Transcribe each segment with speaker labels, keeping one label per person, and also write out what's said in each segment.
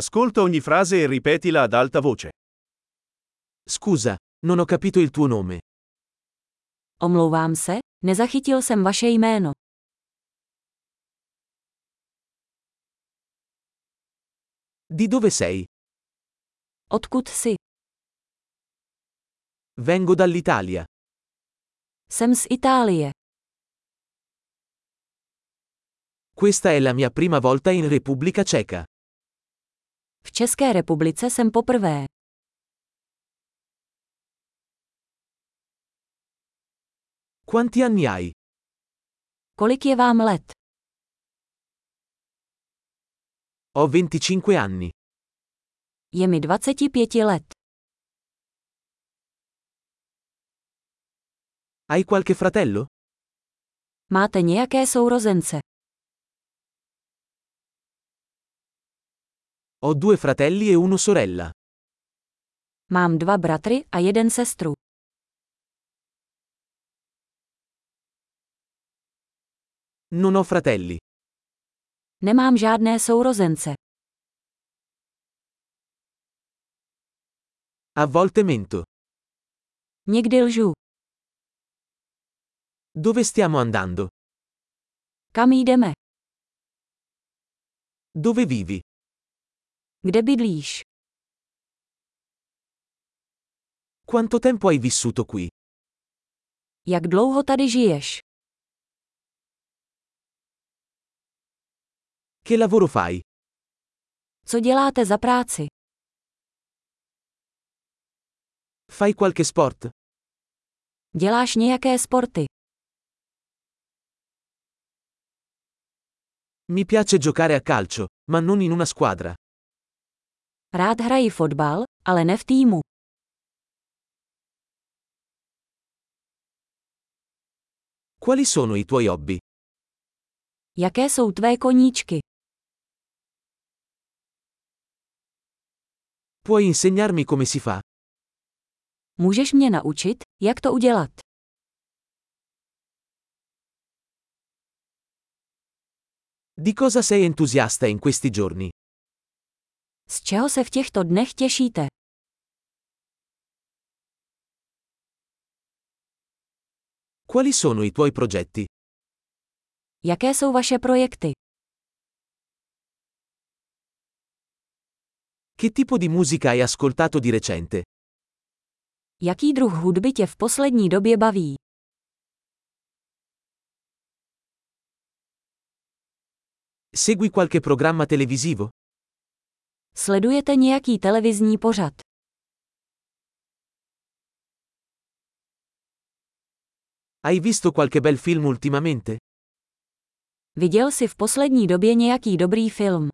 Speaker 1: Ascolta ogni frase e ripetila ad alta voce.
Speaker 2: Scusa, non ho capito il tuo nome.
Speaker 3: Omlouvám se, nezachytil jsem vaše jméno.
Speaker 2: Di dove sei?
Speaker 3: Odkud jsi?
Speaker 2: Vengo dall'Italia.
Speaker 3: Jsem z Itálie.
Speaker 2: Questa è la mia prima volta in Repubblica Ceca.
Speaker 3: V České republice jsem poprvé.
Speaker 2: Quanti anni hai?
Speaker 3: Kolik je vám let?
Speaker 2: Ho 25 anni.
Speaker 3: Je mi 25 let.
Speaker 2: Hai qualche fratello?
Speaker 3: Máte nějaké sourozence?
Speaker 2: Ho due fratelli e una sorella.
Speaker 3: Mám dva bratry a jeden sestru.
Speaker 2: Non ho fratelli.
Speaker 3: Nemám žádné sourozence.
Speaker 2: A volte mento.
Speaker 3: Někdy lžu.
Speaker 2: Dove stiamo andando?
Speaker 3: Kam jdeme?
Speaker 2: Dove vivi?
Speaker 3: Kde bydlíš?
Speaker 2: Quanto tempo hai vissuto qui?
Speaker 3: Jak dlouho tady žiješ?
Speaker 2: Che lavoro fai?
Speaker 3: Co děláte za práci?
Speaker 2: Fai qualche sport?
Speaker 3: Děláš nějaké sporty?
Speaker 2: Mi piace giocare a calcio, ma non in una squadra.
Speaker 3: Rád hraji fotbal, ale ne v týmu.
Speaker 2: Quali sono i tuoi hobby?
Speaker 3: Jaké jsou tvé koníčky?
Speaker 2: Puoi insegnarmi come si fa?
Speaker 3: Můžeš mě naučit, jak to udělat?
Speaker 2: Di cosa sei entusiasta in questi giorni?
Speaker 3: Z čeho se v těchto dnech těšíte?
Speaker 2: Quali sono i tuoi progetti?
Speaker 3: Jaké jsou vaše projekty?
Speaker 2: Che tipo di musica hai ascoltato di recente?
Speaker 3: Jaký druh hudby tě v poslední době baví?
Speaker 2: Segui qualche programma televisivo?
Speaker 3: Sledujete nějaký televizní pořad?
Speaker 2: Hai visto qualche bel film ultimamente?
Speaker 3: Viděl jsi v poslední době nějaký dobrý film?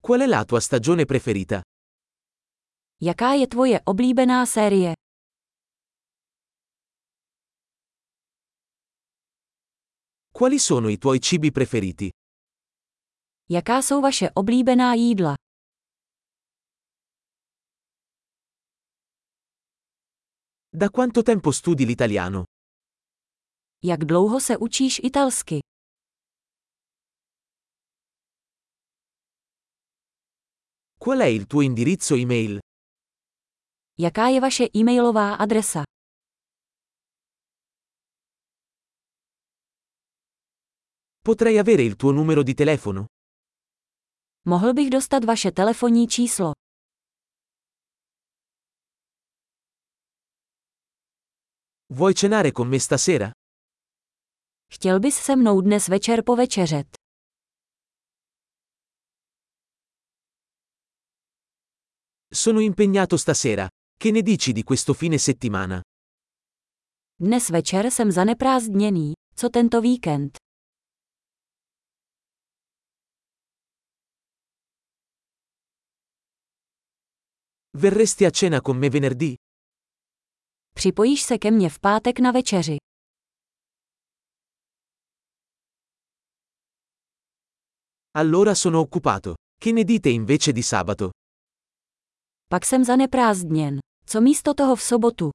Speaker 2: Qual è la tua stagione preferita?
Speaker 3: Jaká je tvoje oblíbená série?
Speaker 2: Quali sono i tuoi cibi preferiti?
Speaker 3: Jaká jsou vaše oblíbená jídla?
Speaker 2: Da quanto tempo studi l'italiano?
Speaker 3: Jak dlouho se učíš italsky?
Speaker 2: Qual è il tuo indirizzo email?
Speaker 3: Jaká je vaše e-mailová adresa?
Speaker 2: Potrei avere il tuo numero di telefono?
Speaker 3: Mohl bych dostat vaše telefonní číslo.
Speaker 2: Vuoi cenare con me stasera?
Speaker 3: Chtěl bys se mnou dnes večer povečeřet?
Speaker 2: Sono impegnato stasera. Che ne dici di questo fine settimana?
Speaker 3: Dnes večer jsem zaneprázdněný, co tento víkend?
Speaker 2: Verresti a cena con me venerdì?
Speaker 3: Připojíš se ke mně v pátek na večeři.
Speaker 2: Allora sono occupato. Che ne dite invece di sabato?
Speaker 3: Pak jsem zaneprázdněn. Co místo toho v sobotu?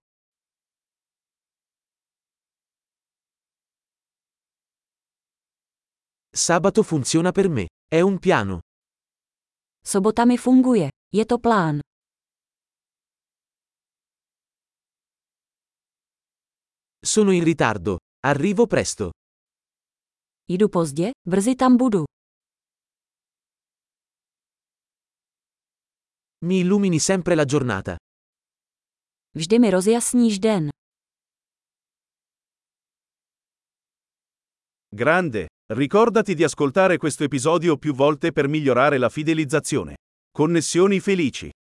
Speaker 2: Sabato funziona per me. È un piano.
Speaker 3: Sobota mi funguje. Je to plán.
Speaker 2: Sono in ritardo. Arrivo presto.
Speaker 3: Jdu pozdě, brzy tam budu.
Speaker 2: Mi illumini sempre la giornata.
Speaker 3: Vždy mi rozjasníš den.
Speaker 1: Grande! Ricordati di ascoltare questo episodio più volte per migliorare la fidelizzazione. Connessioni felici!